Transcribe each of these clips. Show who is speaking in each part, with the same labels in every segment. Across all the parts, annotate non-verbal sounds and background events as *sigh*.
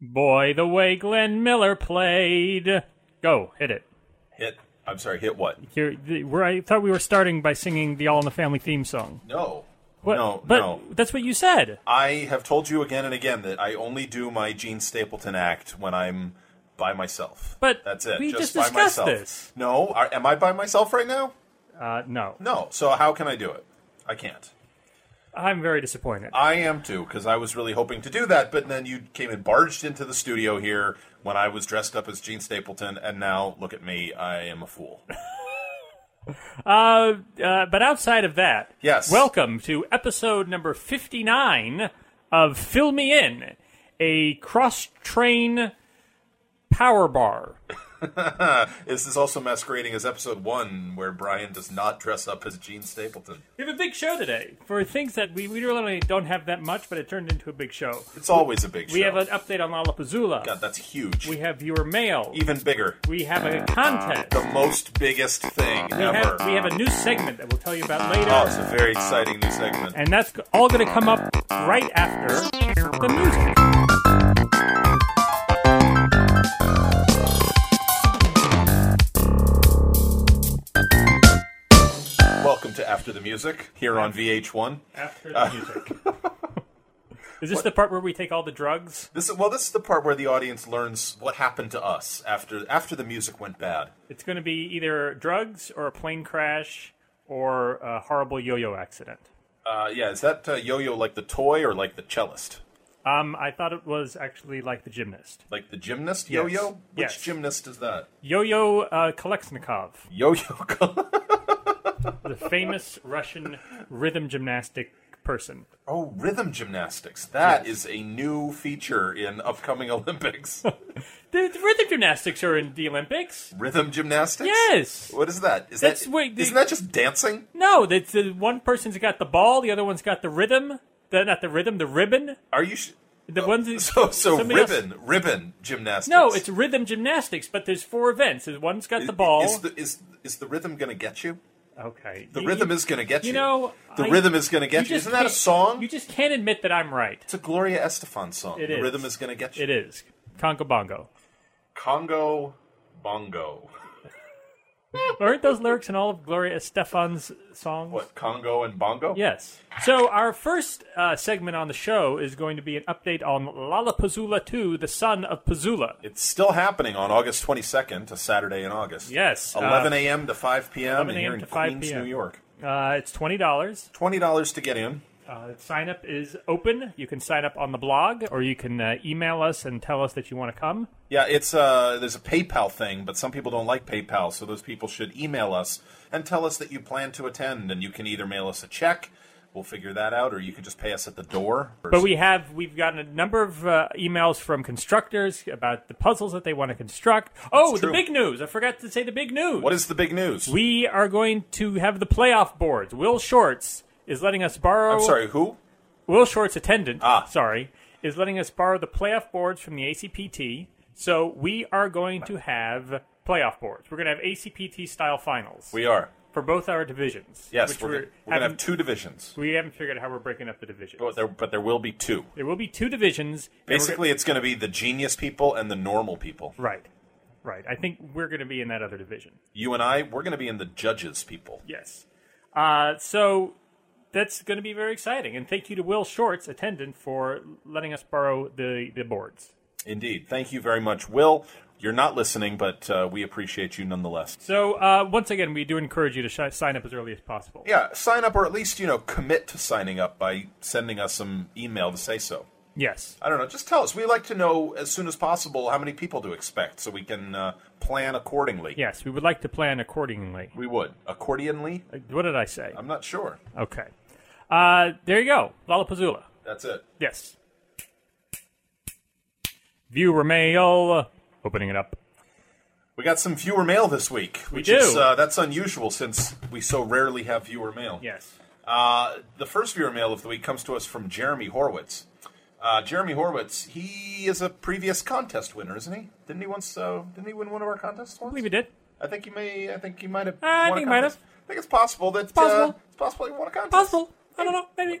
Speaker 1: Boy, the way Glenn Miller played. Go, hit it.
Speaker 2: Hit. I'm sorry. Hit what?
Speaker 1: Here, the, where I thought we were starting by singing the All in the Family theme song.
Speaker 2: No.
Speaker 1: What,
Speaker 2: No.
Speaker 1: but
Speaker 2: no.
Speaker 1: that's what you said.
Speaker 2: I have told you again and again that I only do my Gene Stapleton act when I'm by myself.
Speaker 1: But
Speaker 2: that's it.
Speaker 1: we just
Speaker 2: just, by
Speaker 1: discussed
Speaker 2: myself.
Speaker 1: this.
Speaker 2: No. Are, am I by myself right now?
Speaker 1: Uh, no,
Speaker 2: No. So how can I do it? I can't.
Speaker 1: I'm very disappointed.
Speaker 2: I am too, because I was really hoping to do that, but then you came and barged into the studio here when I was dressed up as Gene Stapleton, and now look at me, I am
Speaker 1: *laughs*
Speaker 2: a fool.
Speaker 1: Uh, uh, but outside of that,
Speaker 2: Yes.
Speaker 1: Welcome to episode number fifty-nine of Fill Me In, a cross-train power bar.
Speaker 2: This is also masquerading as episode one, where Brian does not dress up as Gene Stapleton.
Speaker 1: We have a big show today for things that we, we really don't have that much, but it turned into a big show.
Speaker 2: It's always a big show.
Speaker 1: We have an update on Lollapuzzoola.
Speaker 2: God, that's huge.
Speaker 1: We have viewer mail.
Speaker 2: Even bigger.
Speaker 1: We have a contest.
Speaker 2: The most biggest thing
Speaker 1: We
Speaker 2: ever.
Speaker 1: have, we have a new segment that we'll tell you about later.
Speaker 2: oh, it's a very exciting new segment.
Speaker 1: And that's all going to come up right after the music.
Speaker 2: Welcome to After the Music here on VH1.
Speaker 1: After the music. Is this the part where we take all the drugs?
Speaker 2: This is, well, this is the part where the audience learns what happened to us after after the music went bad.
Speaker 1: It's going to be either drugs or a plane crash or a horrible yo-yo accident.
Speaker 2: Uh, yeah, is that uh, yo-yo like the toy or like the cellist?
Speaker 1: Um, I thought it was actually like the gymnast.
Speaker 2: Like the gymnast
Speaker 1: Yes.
Speaker 2: yo-yo? Which
Speaker 1: Yes.
Speaker 2: gymnast is that?
Speaker 1: Yo-Yo uh, Kolesnikov,
Speaker 2: Yo-yo. *laughs*
Speaker 1: the famous Russian rhythm gymnastic person.
Speaker 2: oh, rhythm gymnastics. That is a new feature in upcoming *laughs* Olympics.
Speaker 1: The, the rhythm gymnastics are in the Olympics.
Speaker 2: rhythm gymnastics.
Speaker 1: Yes.
Speaker 2: What is that? Is
Speaker 1: That's
Speaker 2: that
Speaker 1: wait, the-
Speaker 2: isn't that just dancing?
Speaker 1: No, that's uh, one person's got the ball, the other one's got the rhythm. The, not the rhythm, the ribbon.
Speaker 2: Are you? Sh-
Speaker 1: The ones that-
Speaker 2: Oh, so so
Speaker 1: somebody else-
Speaker 2: ribbon ribbon gymnastics.
Speaker 1: no, it's rhythm gymnastics, but there's four events. There's One's got the ball.
Speaker 2: Is the, is, is the rhythm gonna get you?
Speaker 1: okay.
Speaker 2: The
Speaker 1: You-
Speaker 2: rhythm
Speaker 1: you-
Speaker 2: is gonna get you.
Speaker 1: You know,
Speaker 2: the
Speaker 1: I-
Speaker 2: rhythm is gonna
Speaker 1: you
Speaker 2: get you.
Speaker 1: just
Speaker 2: Isn't that a
Speaker 1: can't-
Speaker 2: song?
Speaker 1: You just can't admit that I'm right.
Speaker 2: it's a Gloria Estefan song.
Speaker 1: It
Speaker 2: the
Speaker 1: is.
Speaker 2: rhythm is gonna get you.
Speaker 1: It is. Congo Bongo.
Speaker 2: Congo Bongo.
Speaker 1: Aren't those lyrics in all of Gloria Estefan's songs?
Speaker 2: What, Congo and Bongo?
Speaker 1: Yes. So our first uh, segment on the show is going to be an update on Lollapuzzoola 2, The Son of Pazula.
Speaker 2: It's still happening on August 22nd, a Saturday in August.
Speaker 1: Yes, uh,
Speaker 2: 11 a.m. to 5 p.m.
Speaker 1: 11
Speaker 2: here
Speaker 1: a.m.
Speaker 2: in
Speaker 1: to 5
Speaker 2: Queens,
Speaker 1: p.m..
Speaker 2: New York.
Speaker 1: Uh, it's twenty dollars.
Speaker 2: $20 to get in.
Speaker 1: Uh, sign up is open. You can sign up on the blog, or you can uh, email us and tell us that you want to come.
Speaker 2: Yeah, it's uh, there's a PayPal thing, but some people don't like PayPal, so those people should email us and tell us that you plan to attend, and you can either mail us a check, we'll figure that out, or you can just pay us at the door.
Speaker 1: But we have we've gotten a number of uh, emails from constructors about the puzzles that they want to construct. Oh, the
Speaker 2: true.
Speaker 1: big news! I forgot to say the big news.
Speaker 2: what is the big news?
Speaker 1: we are going to have the playoff boards. Will Shorts is letting us borrow.
Speaker 2: I'm sorry, who?
Speaker 1: Will Short's attendant,
Speaker 2: Ah.
Speaker 1: sorry, is letting us borrow the playoff boards from the ACPT. So we are going to have playoff boards. We're going to have ACPT style finals
Speaker 2: We are.
Speaker 1: for both our divisions.
Speaker 2: Yes,
Speaker 1: which
Speaker 2: we're,
Speaker 1: we're
Speaker 2: gonna- we're going to have
Speaker 1: haven't-
Speaker 2: two divisions,
Speaker 1: We haven't figured out how we're breaking up the divisions.
Speaker 2: but there, but there will be two.
Speaker 1: There will be two divisions. and we're
Speaker 2: Basically, it's going to be the genius people and the normal people.
Speaker 1: gonna- right, right. I think we're going to be in that other division.
Speaker 2: You and I, we're going to be in the judges people.
Speaker 1: Yes. Uh, so that's going to be very exciting. And thank you to Will Short's attendant for letting us borrow the the boards.
Speaker 2: Indeed. Thank you very much, Will. You're not listening, but uh, we appreciate you nonetheless.
Speaker 1: So uh, once again, we do encourage you to sh- sign up as early as possible.
Speaker 2: Yeah, sign up or at least, you know, commit to signing up by sending us some email to say so.
Speaker 1: Yes.
Speaker 2: I don't know. Just tell us. We like to know as soon as possible how many people to expect so we can uh, plan accordingly.
Speaker 1: Yes, we would like to plan accordingly.
Speaker 2: We would. Accordionly?
Speaker 1: What did I say?
Speaker 2: I'm not sure.
Speaker 1: Okay. Uh, there you go. Lollapuzzoola.
Speaker 2: That's it.
Speaker 1: Yes. Viewer mail. Opening it up.
Speaker 2: We got some viewer mail this week, which
Speaker 1: do.
Speaker 2: is uh, that's unusual since we so rarely have viewer mail.
Speaker 1: Yes.
Speaker 2: Uh, the first viewer mail of the week comes to us from Jeremy Horwitz. Uh, Jeremy Horwitz, he is a previous contest winner, isn't he? Didn't he once? Uh, didn't he win one of our contests
Speaker 1: I
Speaker 2: once?
Speaker 1: believe it did.
Speaker 2: I think he may. I think he might have.
Speaker 1: I
Speaker 2: won
Speaker 1: think
Speaker 2: a
Speaker 1: he might
Speaker 2: contest. I think it's possible that it's
Speaker 1: possible.
Speaker 2: Uh, it's possible he won a contest. *laughs*
Speaker 1: Possible. I don't know. Maybe.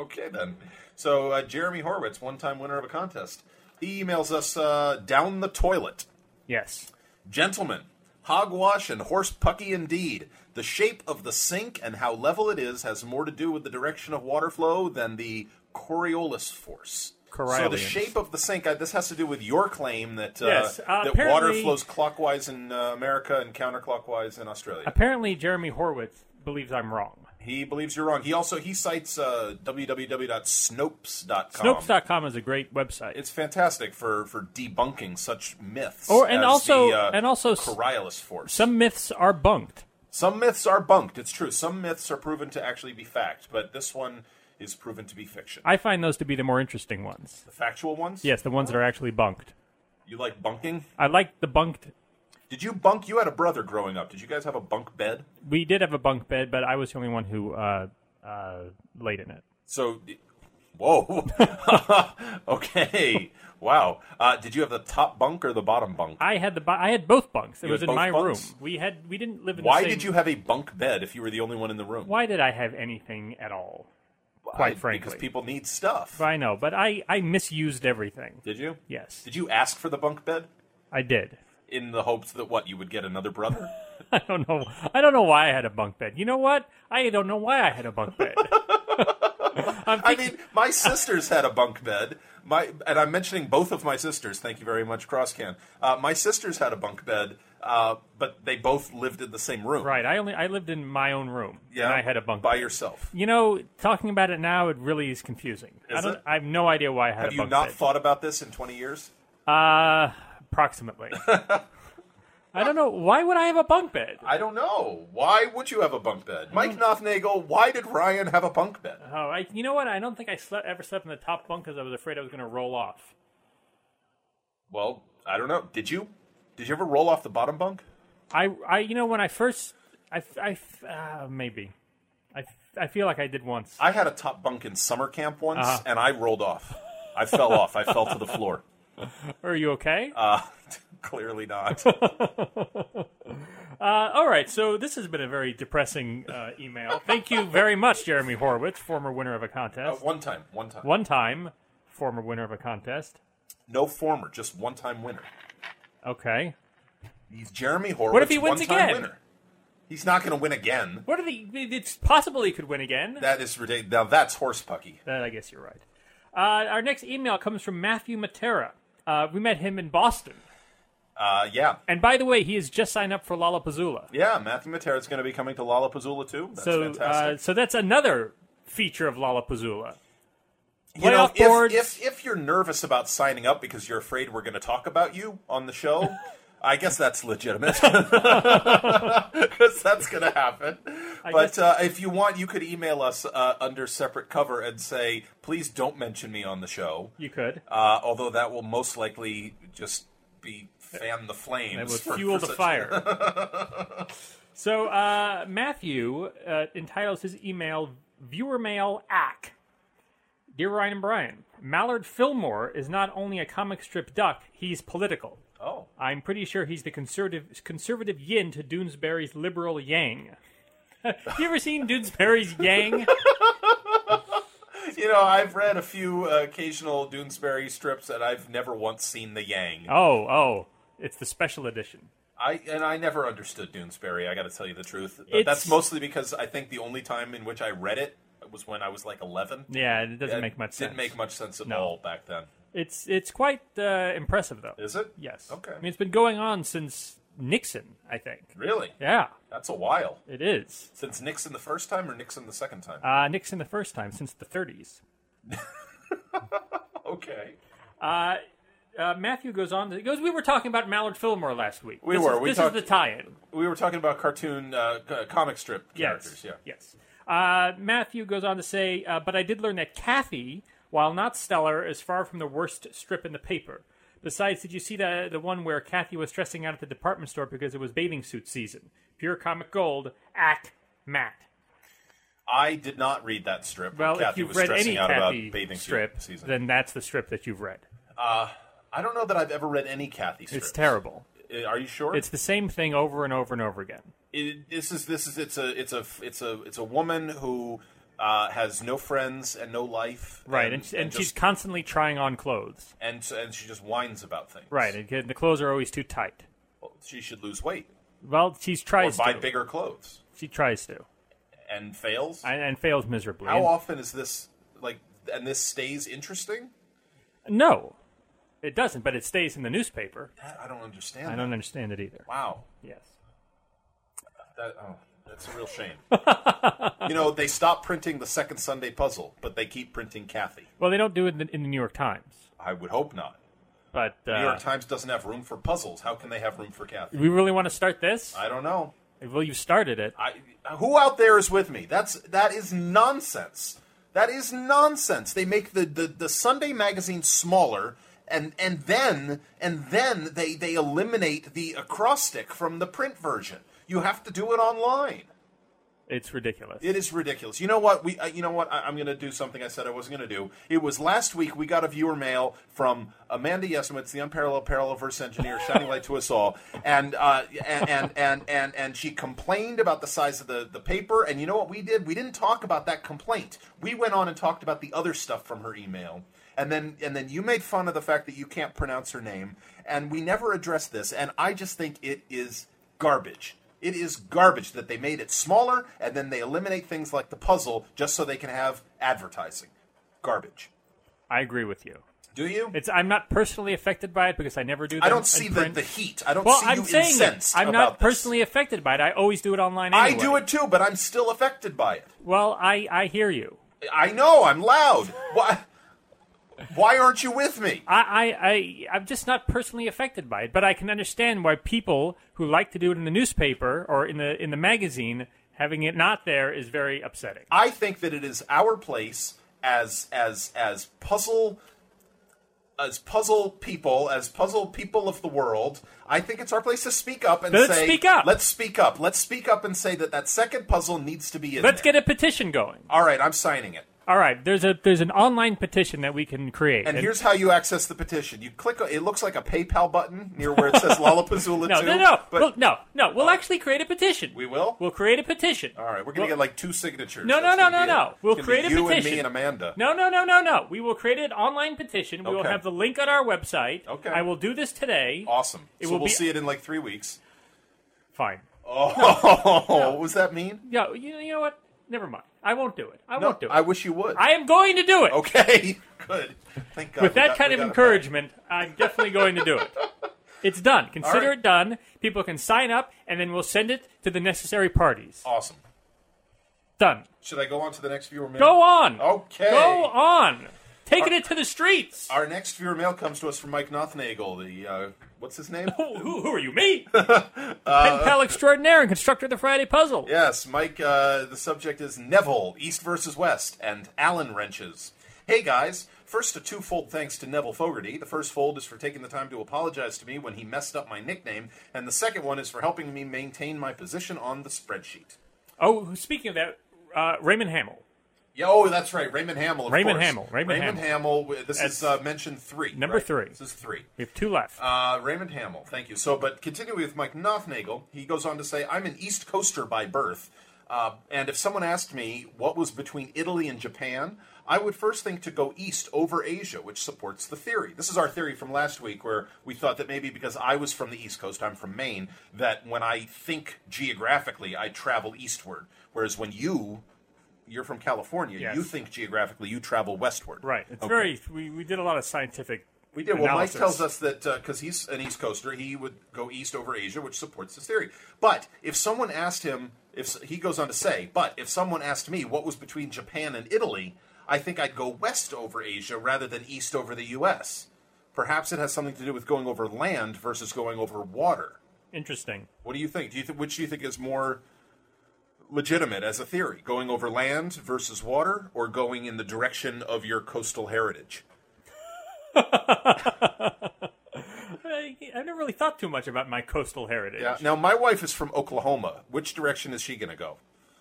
Speaker 2: Okay then. So uh, Jeremy Horwitz, one-time winner of a contest. He emails us uh, down the toilet.
Speaker 1: Yes.
Speaker 2: Gentlemen, hogwash and horse pucky indeed. The shape of the sink and how level it is has more to do with the direction of water flow than the Coriolis force. So the
Speaker 1: Coriolis.
Speaker 2: shape of the sink. Uh, this has to do with your claim that uh,
Speaker 1: Yes, uh,
Speaker 2: that water
Speaker 1: apparently-
Speaker 2: flows clockwise in uh, America and counterclockwise in Australia.
Speaker 1: Apparently, Jeremy Horwitz believes I'm wrong.
Speaker 2: He believes you're wrong. He also he cites uh, www.snopes.com.
Speaker 1: Snopes.com is a great website.
Speaker 2: It's fantastic for for debunking such myths.
Speaker 1: Or- and
Speaker 2: as
Speaker 1: also-
Speaker 2: the, uh,
Speaker 1: and also s-
Speaker 2: Coriolis force.
Speaker 1: Some myths are bunked.
Speaker 2: Some myths are bunked. It's true. Some myths are proven to actually be fact, but this one is proven to be fiction.
Speaker 1: I find those to be the more interesting ones.
Speaker 2: the factual ones.
Speaker 1: Yes, the ones that are actually bunked.
Speaker 2: You like bunking?
Speaker 1: I like the bunked.
Speaker 2: Did you bunk? You had a brother growing up. Did you guys have a bunk bed?
Speaker 1: We did have a bunk bed, but I was the only one who uh, uh, laid in it.
Speaker 2: So, whoa. *laughs* okay. Wow. Uh, did you have the top bunk or the bottom bunk?
Speaker 1: I had the bu- I had both bunks. It
Speaker 2: You
Speaker 1: was
Speaker 2: had
Speaker 1: in
Speaker 2: both
Speaker 1: my
Speaker 2: bunks?
Speaker 1: room. We had we didn't live in.
Speaker 2: Why
Speaker 1: the same,
Speaker 2: did you have a bunk bed if you were the only one in the room?
Speaker 1: Why did I have anything at all?
Speaker 2: I-
Speaker 1: Quite frankly,
Speaker 2: because people need stuff.
Speaker 1: I know, but I I misused everything.
Speaker 2: Did you?
Speaker 1: Yes,
Speaker 2: Did you ask for the bunk bed
Speaker 1: I did. *laughs*
Speaker 2: in the hopes that what you would get another brother?
Speaker 1: I don't know. I don't know why I had a bunk bed. You know what? I don't know why I had a bunk
Speaker 2: *laughs*
Speaker 1: bed. I'm
Speaker 2: I
Speaker 1: thinking,
Speaker 2: mean, my sisters had a bunk bed. My and I'm mentioning both of my sisters. Thank you very much, Crosscan. Uh, my sisters had a bunk bed, uh, but they both lived in the same room.
Speaker 1: right. I only I lived in my own room.
Speaker 2: Yeah,
Speaker 1: and I had a bunk.
Speaker 2: by
Speaker 1: bed.
Speaker 2: yourself.
Speaker 1: You know, talking about it now, it really is confusing. I
Speaker 2: Is
Speaker 1: don't.
Speaker 2: it?
Speaker 1: I have no idea why I had
Speaker 2: Have
Speaker 1: a
Speaker 2: you
Speaker 1: bunk
Speaker 2: not
Speaker 1: bed.
Speaker 2: thought about this in 20 years?
Speaker 1: Uh,
Speaker 2: *laughs*
Speaker 1: approximately. I don't know. Why would I have a bunk bed?
Speaker 2: I don't know. Why would you have a bunk bed, Mike Knopfnagel? Why did Ryan have a bunk bed?
Speaker 1: Oh, I, you know what? I don't think I slept ever slept in the top bunk because I was afraid I was going to roll off.
Speaker 2: Well, I don't know. Did you? Did you ever roll off the bottom bunk?
Speaker 1: I, I, you know, when I first, I, I, uh, maybe, I, I feel like I did once.
Speaker 2: I had a top bunk in summer camp once,
Speaker 1: Uh-huh.
Speaker 2: and I rolled off. I fell off. I fell to the floor.
Speaker 1: Are you okay?
Speaker 2: Uh, *laughs* clearly not.
Speaker 1: *laughs* Uh, all right. So this has been a very depressing uh, email. Thank you very much, Jeremy Horowitz, former winner of a
Speaker 2: Uh,
Speaker 1: contest,
Speaker 2: one time. One time.
Speaker 1: one time former winner of a contest.
Speaker 2: No former, just one time winner.
Speaker 1: Okay.
Speaker 2: He's Jeremy Horowitz.
Speaker 1: What if he wins
Speaker 2: one-time
Speaker 1: again?
Speaker 2: Winner. He's not going to win again.
Speaker 1: What are the? It's possible he could win again.
Speaker 2: That is ridiculous. Now that's horse pucky.
Speaker 1: That I guess you're right. Uh, our next email comes from Matthew Matera. Uh, we met him in Boston.
Speaker 2: Uh, yeah,
Speaker 1: And by the way, he has just signed up for Lollapuzzoola.
Speaker 2: yeah. Matthew Matera is going to be coming to Lollapuzzoola too. That's
Speaker 1: so, uh,
Speaker 2: fantastic.
Speaker 1: so that's another feature of Lollapuzzoola.
Speaker 2: you know,
Speaker 1: playoff
Speaker 2: if,
Speaker 1: boards-
Speaker 2: if if you're nervous about signing up because you're afraid we're going to talk about you on the show, I guess that's legitimate *laughs* because that's going to happen. but
Speaker 1: guess-
Speaker 2: uh, if you want, you could email us uh, under separate cover and say, please don't mention me on the show.
Speaker 1: You could.
Speaker 2: Uh, although that will most likely just be fan the flames.
Speaker 1: That would
Speaker 2: for-
Speaker 1: fuel
Speaker 2: for
Speaker 1: the
Speaker 2: such-
Speaker 1: fire.
Speaker 2: *laughs*
Speaker 1: so uh, Matthew uh, entitles his email "Viewer Mail Ack." Dear Ryan and Brian, Mallard Fillmore is not only a comic strip duck; he's political.
Speaker 2: Oh,
Speaker 1: I'm pretty sure he's the conservative conservative yin to Doonesbury's liberal yang. *laughs* you ever seen Doonesbury's
Speaker 2: *laughs*
Speaker 1: yang?
Speaker 2: you know, I've read a few uh, occasional Doonesbury strips, and I've never once seen the Yang.
Speaker 1: Oh, oh, it's the special edition.
Speaker 2: I and I never understood Doonesbury. I got to tell you the truth. But
Speaker 1: It's-
Speaker 2: that's mostly because I think the only time in which I read it was when I was like 11.
Speaker 1: Yeah, it doesn't
Speaker 2: It
Speaker 1: make much sense.
Speaker 2: Didn't make much sense at
Speaker 1: No.
Speaker 2: all back then.
Speaker 1: It's it's quite uh, impressive though.
Speaker 2: Is it?
Speaker 1: Yes.
Speaker 2: Okay.
Speaker 1: I mean, it's been going on since Nixon, I think.
Speaker 2: Really?
Speaker 1: Yeah,
Speaker 2: That's a while.
Speaker 1: it is.
Speaker 2: Since Nixon the first time or Nixon the second time?
Speaker 1: Uh, Nixon the first time since the 30s.
Speaker 2: okay.
Speaker 1: Uh, uh, Matthew goes on. To, he goes. We were talking about Mallard Fillmore last week.
Speaker 2: We
Speaker 1: This
Speaker 2: were.
Speaker 1: Is,
Speaker 2: We
Speaker 1: this
Speaker 2: talked-
Speaker 1: is the tie-in.
Speaker 2: We were talking about cartoon uh, c- comic strip characters. Yeah.
Speaker 1: Yes. Uh, Matthew goes on to say, uh, but I did learn that Kathy, while not stellar, is far from the worst strip in the paper. Besides, did you see the, the one where Kathy was stressing out at the department store because it was bathing suit season? Pure comic gold, act Matt.
Speaker 2: I did not read that strip.
Speaker 1: Well,
Speaker 2: Kathy
Speaker 1: if you've
Speaker 2: was
Speaker 1: read
Speaker 2: stressing
Speaker 1: any
Speaker 2: out
Speaker 1: Kathy
Speaker 2: about bathing suit
Speaker 1: strip,
Speaker 2: season.
Speaker 1: then that's the strip that you've read.
Speaker 2: I don't know that I've ever read any Kathy strip. Uh,
Speaker 1: It's terrible.
Speaker 2: Are you sure?
Speaker 1: It's the same thing over and over and over again.
Speaker 2: it, this is this is it's a it's a it's a it's a woman who uh, has no friends and no life.
Speaker 1: Right, and, and, she's
Speaker 2: just,
Speaker 1: constantly trying on clothes.
Speaker 2: and so- and she just whines about things.
Speaker 1: Right, and the clothes are always too tight.
Speaker 2: Well, she should lose weight
Speaker 1: Well, she
Speaker 2: or
Speaker 1: tries
Speaker 2: buy
Speaker 1: to.
Speaker 2: bigger clothes
Speaker 1: She tries to,
Speaker 2: and fails.
Speaker 1: and, and fails miserably.
Speaker 2: How
Speaker 1: And-
Speaker 2: often is this like? And this stays interesting.
Speaker 1: No, it doesn't. But it stays in the newspaper.
Speaker 2: That- I don't understand.
Speaker 1: I don't understand it either.
Speaker 2: that. Wow,
Speaker 1: Yes.
Speaker 2: that, oh, that's a
Speaker 1: *laughs*
Speaker 2: real shame. you know, they stopped printing the second Sunday puzzle, but they keep printing Kathy.
Speaker 1: Well, they don't do it in the, in the New York Times,
Speaker 2: I would hope not.
Speaker 1: but
Speaker 2: New York
Speaker 1: uh,
Speaker 2: Times doesn't have room for puzzles. How can they have room for Kathy?
Speaker 1: we really want to start this.
Speaker 2: I don't know.
Speaker 1: well, you started it.
Speaker 2: I, who out there is with me? That's that is nonsense. That is nonsense. They make the, the, the Sunday magazine smaller, and and then and then they they eliminate the acrostic from the print version. You have to do it online.
Speaker 1: It's ridiculous.
Speaker 2: It is ridiculous. You know what? We uh, you know what? I, I'm going to do something I said I wasn't going to do. It was last week we got a viewer mail from Amanda Yesemits, the unparalleled parallelverse engineer, shining light to us all, and uh, and, and and and and she complained about the size of the the paper. And you know what we did? We didn't talk about that complaint. We went on and talked about the other stuff from her email. And then, and then you made fun of the fact that you can't pronounce her name, and we never addressed this. And I just think it is garbage. It is garbage that they made it smaller and then they eliminate things like the puzzle just so they can have advertising. Garbage.
Speaker 1: I agree with you.
Speaker 2: Do you?
Speaker 1: It's I'm not personally affected by it because I never do. Them
Speaker 2: I don't
Speaker 1: in
Speaker 2: see the,
Speaker 1: print.
Speaker 2: the heat. I don't
Speaker 1: well,
Speaker 2: see
Speaker 1: I'm
Speaker 2: you
Speaker 1: saying it.
Speaker 2: incensed
Speaker 1: I'm
Speaker 2: about
Speaker 1: not
Speaker 2: this.
Speaker 1: personally affected by it. I always do it online.
Speaker 2: I
Speaker 1: anyway.
Speaker 2: do it too, but I'm still affected by it.
Speaker 1: Well, I I hear you.
Speaker 2: I know I'm loud. Why? Why aren't you with me?
Speaker 1: I, I, I, I'm just not personally affected by it, but I can understand why people who like to do it in the newspaper or in the in the magazine, having it not there is very upsetting.
Speaker 2: I think that it is our place as as as puzzle as puzzle people, as puzzle people of the world. I think it's our place to speak up and
Speaker 1: Let's
Speaker 2: say,
Speaker 1: speak up.
Speaker 2: Let's speak up. Let's speak up and say that that second puzzle needs to be in.
Speaker 1: Let's
Speaker 2: there.
Speaker 1: get a petition going.
Speaker 2: All right, I'm signing it.
Speaker 1: All right, there's a there's an online petition that we can create. And-
Speaker 2: And here's how you access the petition. You click. It looks like a PayPal button near where it says
Speaker 1: *laughs*
Speaker 2: Lollapuzzoola.
Speaker 1: no,
Speaker 2: too,
Speaker 1: no, no,
Speaker 2: But
Speaker 1: We'll- no, no. We'll actually create a petition.
Speaker 2: we will.
Speaker 1: We'll create a petition.
Speaker 2: All right, we're gonna
Speaker 1: We'll-
Speaker 2: get like two signatures.
Speaker 1: No, no,
Speaker 2: That's
Speaker 1: no,
Speaker 2: gonna
Speaker 1: no,
Speaker 2: be it.
Speaker 1: no. We'll
Speaker 2: It's gonna be
Speaker 1: create a
Speaker 2: you and
Speaker 1: petition.
Speaker 2: me and Amanda.
Speaker 1: No, no, no, no, no. We will create an online petition. We will
Speaker 2: Okay.
Speaker 1: have the link on our website.
Speaker 2: Okay.
Speaker 1: I will do this today.
Speaker 2: Awesome.
Speaker 1: It
Speaker 2: so
Speaker 1: will
Speaker 2: we'll
Speaker 1: be-
Speaker 2: see it in like three weeks.
Speaker 1: Fine.
Speaker 2: Oh, *laughs* what does that mean?
Speaker 1: Yeah, you, you know what? Never mind. I won't do it. I
Speaker 2: No,
Speaker 1: won't do it.
Speaker 2: I wish you would.
Speaker 1: I am going to do it. *laughs*
Speaker 2: okay, good. Thank God.
Speaker 1: With
Speaker 2: we
Speaker 1: that
Speaker 2: got-
Speaker 1: kind
Speaker 2: we
Speaker 1: of
Speaker 2: got it back.
Speaker 1: encouragement, I'm definitely going to do
Speaker 2: *laughs*
Speaker 1: it. It's done. Consider
Speaker 2: All right.
Speaker 1: it done. People can sign up, and then we'll send it to the necessary parties.
Speaker 2: Awesome.
Speaker 1: Done.
Speaker 2: Should I go on to the next viewer mail?
Speaker 1: Go on.
Speaker 2: Okay.
Speaker 1: Go on. Taking it to the streets.
Speaker 2: Our next viewer mail comes to us from Mike Nothnagel. The uh, what's his
Speaker 1: *laughs*
Speaker 2: name?
Speaker 1: Who, who, who are you,
Speaker 2: *laughs*
Speaker 1: me?
Speaker 2: Uh,
Speaker 1: Pen pal extraordinaire and constructor of the Friday puzzle.
Speaker 2: yes, Mike. Uh, the subject is Neville, East versus West, and Allen wrenches. Hey guys. First, a twofold thanks to Neville Fogarty. The first fold is for taking the time to apologize to me when he messed up my nickname, and the second one is for helping me maintain my position on the spreadsheet.
Speaker 1: Oh, speaking of that, uh, Raymond Hamill.
Speaker 2: Yeah, oh, that's right. Raymond Hamill. Of
Speaker 1: Raymond
Speaker 2: course.
Speaker 1: Hamill, Raymond
Speaker 2: Hamill. This
Speaker 1: That's-
Speaker 2: is uh, mention three.
Speaker 1: Number
Speaker 2: right?
Speaker 1: three.
Speaker 2: This is three.
Speaker 1: We have two left.
Speaker 2: Uh, Raymond Hamill. Thank you. So, but continuing with Mike Nothnagel, he goes on to say, "I'm an East Coaster by birth, uh, and if someone asked me what was between Italy and Japan." I would first think to go east over Asia, which supports the theory. This is our theory from last week, where we thought that maybe because I was from the East Coast, I'm from Maine, that when I think geographically, I travel eastward. Whereas when you, you're from California,
Speaker 1: Yes.
Speaker 2: you think geographically, you travel westward.
Speaker 1: right. It's
Speaker 2: Okay.
Speaker 1: very. We, we did a lot of scientific.
Speaker 2: We did. Well, Mike
Speaker 1: analysis.
Speaker 2: tells us that because he's an East Coaster, he would go east over Asia, which supports his theory. But if someone asked him, if s- he goes on to say, but if someone asked me what was between Japan and Italy, I think I'd go west over Asia rather than east over the U.S. Perhaps it has something to do with going over land versus going over water.
Speaker 1: Interesting.
Speaker 2: What do you think? Do you th- which do you think is more legitimate as a theory, going over land versus water, or going in the direction of your coastal heritage?
Speaker 1: I, I've never really thought too much about my coastal heritage.
Speaker 2: Yeah. Now, my wife is from Oklahoma. Which direction is she going to go?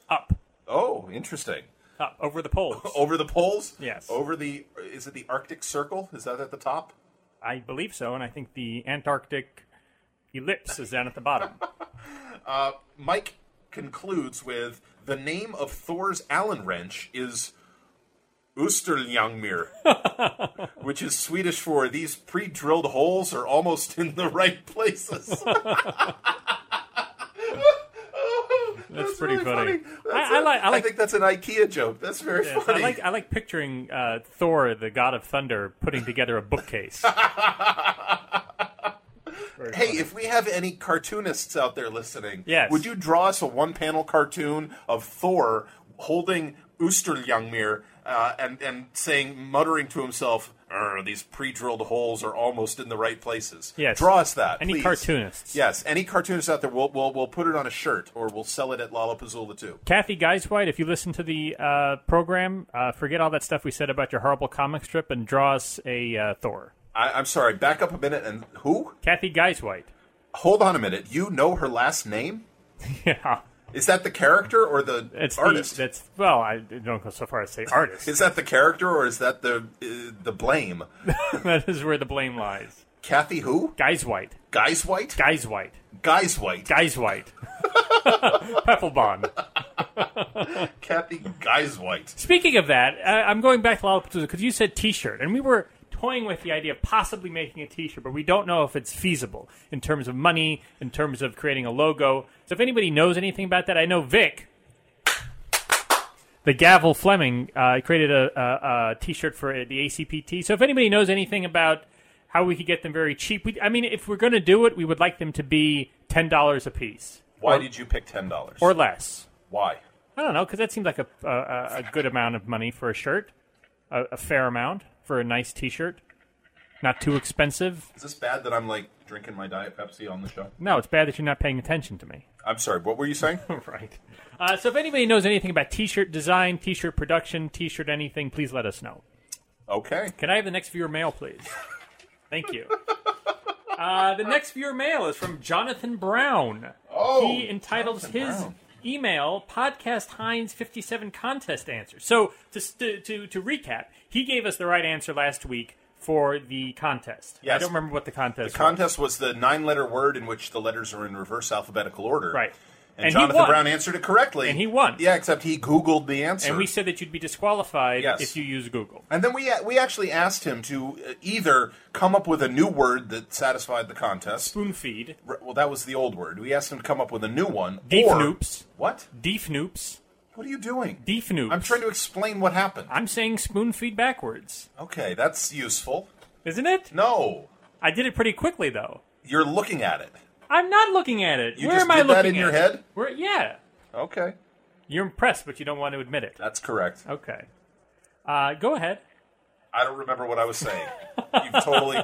Speaker 1: Up,
Speaker 2: Oh, interesting.
Speaker 1: up, over the poles. *laughs*
Speaker 2: Over the poles?
Speaker 1: Yes.
Speaker 2: Over the is it the Arctic Circle? Is that at the top?
Speaker 1: I believe so, and I think the Antarctic
Speaker 2: *laughs*
Speaker 1: ellipse is down at the bottom.
Speaker 2: Mike concludes with the name of Thor's Allen wrench is Osterljangmir,
Speaker 1: *laughs*
Speaker 2: which is Swedish for these pre drilled holes are almost in the
Speaker 1: *laughs*
Speaker 2: right places. *laughs*
Speaker 1: That's,
Speaker 2: That's
Speaker 1: pretty
Speaker 2: really
Speaker 1: funny.
Speaker 2: That's
Speaker 1: I, I
Speaker 2: a-
Speaker 1: like. I like.
Speaker 2: think that's an IKEA joke. That's very
Speaker 1: I
Speaker 2: funny.
Speaker 1: like I like picturing uh, Thor, the god of thunder, putting together a
Speaker 2: *laughs*
Speaker 1: bookcase. Very
Speaker 2: hey,
Speaker 1: funny.
Speaker 2: if we have any cartoonists out there listening,
Speaker 1: Yes.
Speaker 2: would you draw us a one-panel cartoon of Thor holding Usterljangmir uh, and and saying, muttering to himself, "Arr, "These pre-drilled holes are almost in the right places."
Speaker 1: Yes.
Speaker 2: draw us that.
Speaker 1: any
Speaker 2: please.
Speaker 1: cartoonists?
Speaker 2: Yes, any cartoonists out there, we'll, we'll we'll put it on a shirt or we'll sell it at Lollapuzzoola too.
Speaker 1: Kathy Geiswhite, if you listen to the uh, program, uh, forget all that stuff we said about your horrible comic strip and draw us a uh, Thor.
Speaker 2: I, I'm sorry, back up a minute and who?
Speaker 1: Kathy Geiswhite.
Speaker 2: Hold on a minute. You know her last name?
Speaker 1: *laughs* yeah,
Speaker 2: Is that the character or the
Speaker 1: it's
Speaker 2: artist?
Speaker 1: The, that's well, I don't go so far as to say artist.
Speaker 2: *laughs* Is that the character or is that the uh, the blame?
Speaker 1: that is where the blame lies.
Speaker 2: Kathy who?
Speaker 1: Geiswhite.
Speaker 2: Guys White?
Speaker 1: Geiswhite.
Speaker 2: Guys White.
Speaker 1: Geiswhite. Pepplebon.
Speaker 2: Kathy Guys White.
Speaker 1: Speaking of that, uh, I'm going back to Lollapalooza because you said T-shirt, and we were toying with the idea of possibly making a T-shirt, but we don't know if it's feasible in terms of money, in terms of creating a logo. So if anybody knows anything about that, I know Vic, the Gavel Fleming, uh, created a, a, a T-shirt for uh, the ACPT. So if anybody knows anything about how we could get them very cheap, we, I mean, if we're going to do it, we would like them to be ten dollars a piece
Speaker 2: Why did you pick ten dollars?
Speaker 1: or less.
Speaker 2: Why?
Speaker 1: I don't know because that seems like a, a- a a good amount of money for a shirt, a, a fair amount for a nice T-shirt, not too expensive.
Speaker 2: Is this bad that I'm like drinking my diet Pepsi on the show?
Speaker 1: No, it's bad that you're not paying attention to me.
Speaker 2: I'm sorry. What were
Speaker 1: *laughs*
Speaker 2: you saying?
Speaker 1: right. Uh, so if anybody knows anything about T-shirt design, T-shirt production, T-shirt anything, please let us know.
Speaker 2: Okay.
Speaker 1: Can I have the next viewer mail, please? Thank you. Uh, the next viewer mail is from Jonathan Brown.
Speaker 2: Oh,
Speaker 1: he entitles
Speaker 2: Jonathan
Speaker 1: his
Speaker 2: Brown.
Speaker 1: email "Podcast Heinz 57 Contest Answer." So to, to to to recap, he gave us the right answer last week for the contest. I
Speaker 2: Yes.
Speaker 1: don't remember what the contest. was.
Speaker 2: Contest was the nine-letter word in which the letters are in reverse alphabetical order.
Speaker 1: Right.
Speaker 2: And,
Speaker 1: And he
Speaker 2: Jonathan
Speaker 1: won.
Speaker 2: Brown answered it correctly.
Speaker 1: And he won.
Speaker 2: Yeah, except he Googled the answer.
Speaker 1: and we said that you'd be disqualified
Speaker 2: Yes.
Speaker 1: if you use Google.
Speaker 2: And then we we actually asked him to uh, either come up with a new word that satisfied the contest.
Speaker 1: Spoon feed,
Speaker 2: R- Well, that was the old word. We asked him to come up with a new one. or-
Speaker 1: defnoops,
Speaker 2: What?
Speaker 1: defnoops,
Speaker 2: What are you doing?
Speaker 1: defnoops.
Speaker 2: I'm trying to explain what happened.
Speaker 1: I'm saying spoon feed backwards,
Speaker 2: Okay, that's useful.
Speaker 1: isn't it?
Speaker 2: No,
Speaker 1: I did it pretty quickly though.
Speaker 2: you're looking at it.
Speaker 1: I'm not looking at it.
Speaker 2: You
Speaker 1: Where
Speaker 2: just
Speaker 1: am I
Speaker 2: did that
Speaker 1: looking
Speaker 2: in your
Speaker 1: at?
Speaker 2: head?
Speaker 1: Where, yeah,
Speaker 2: Okay,
Speaker 1: you're impressed, but you don't want to admit it.
Speaker 2: that's correct.
Speaker 1: Okay, uh, go ahead.
Speaker 2: I don't remember what I was saying. You've totally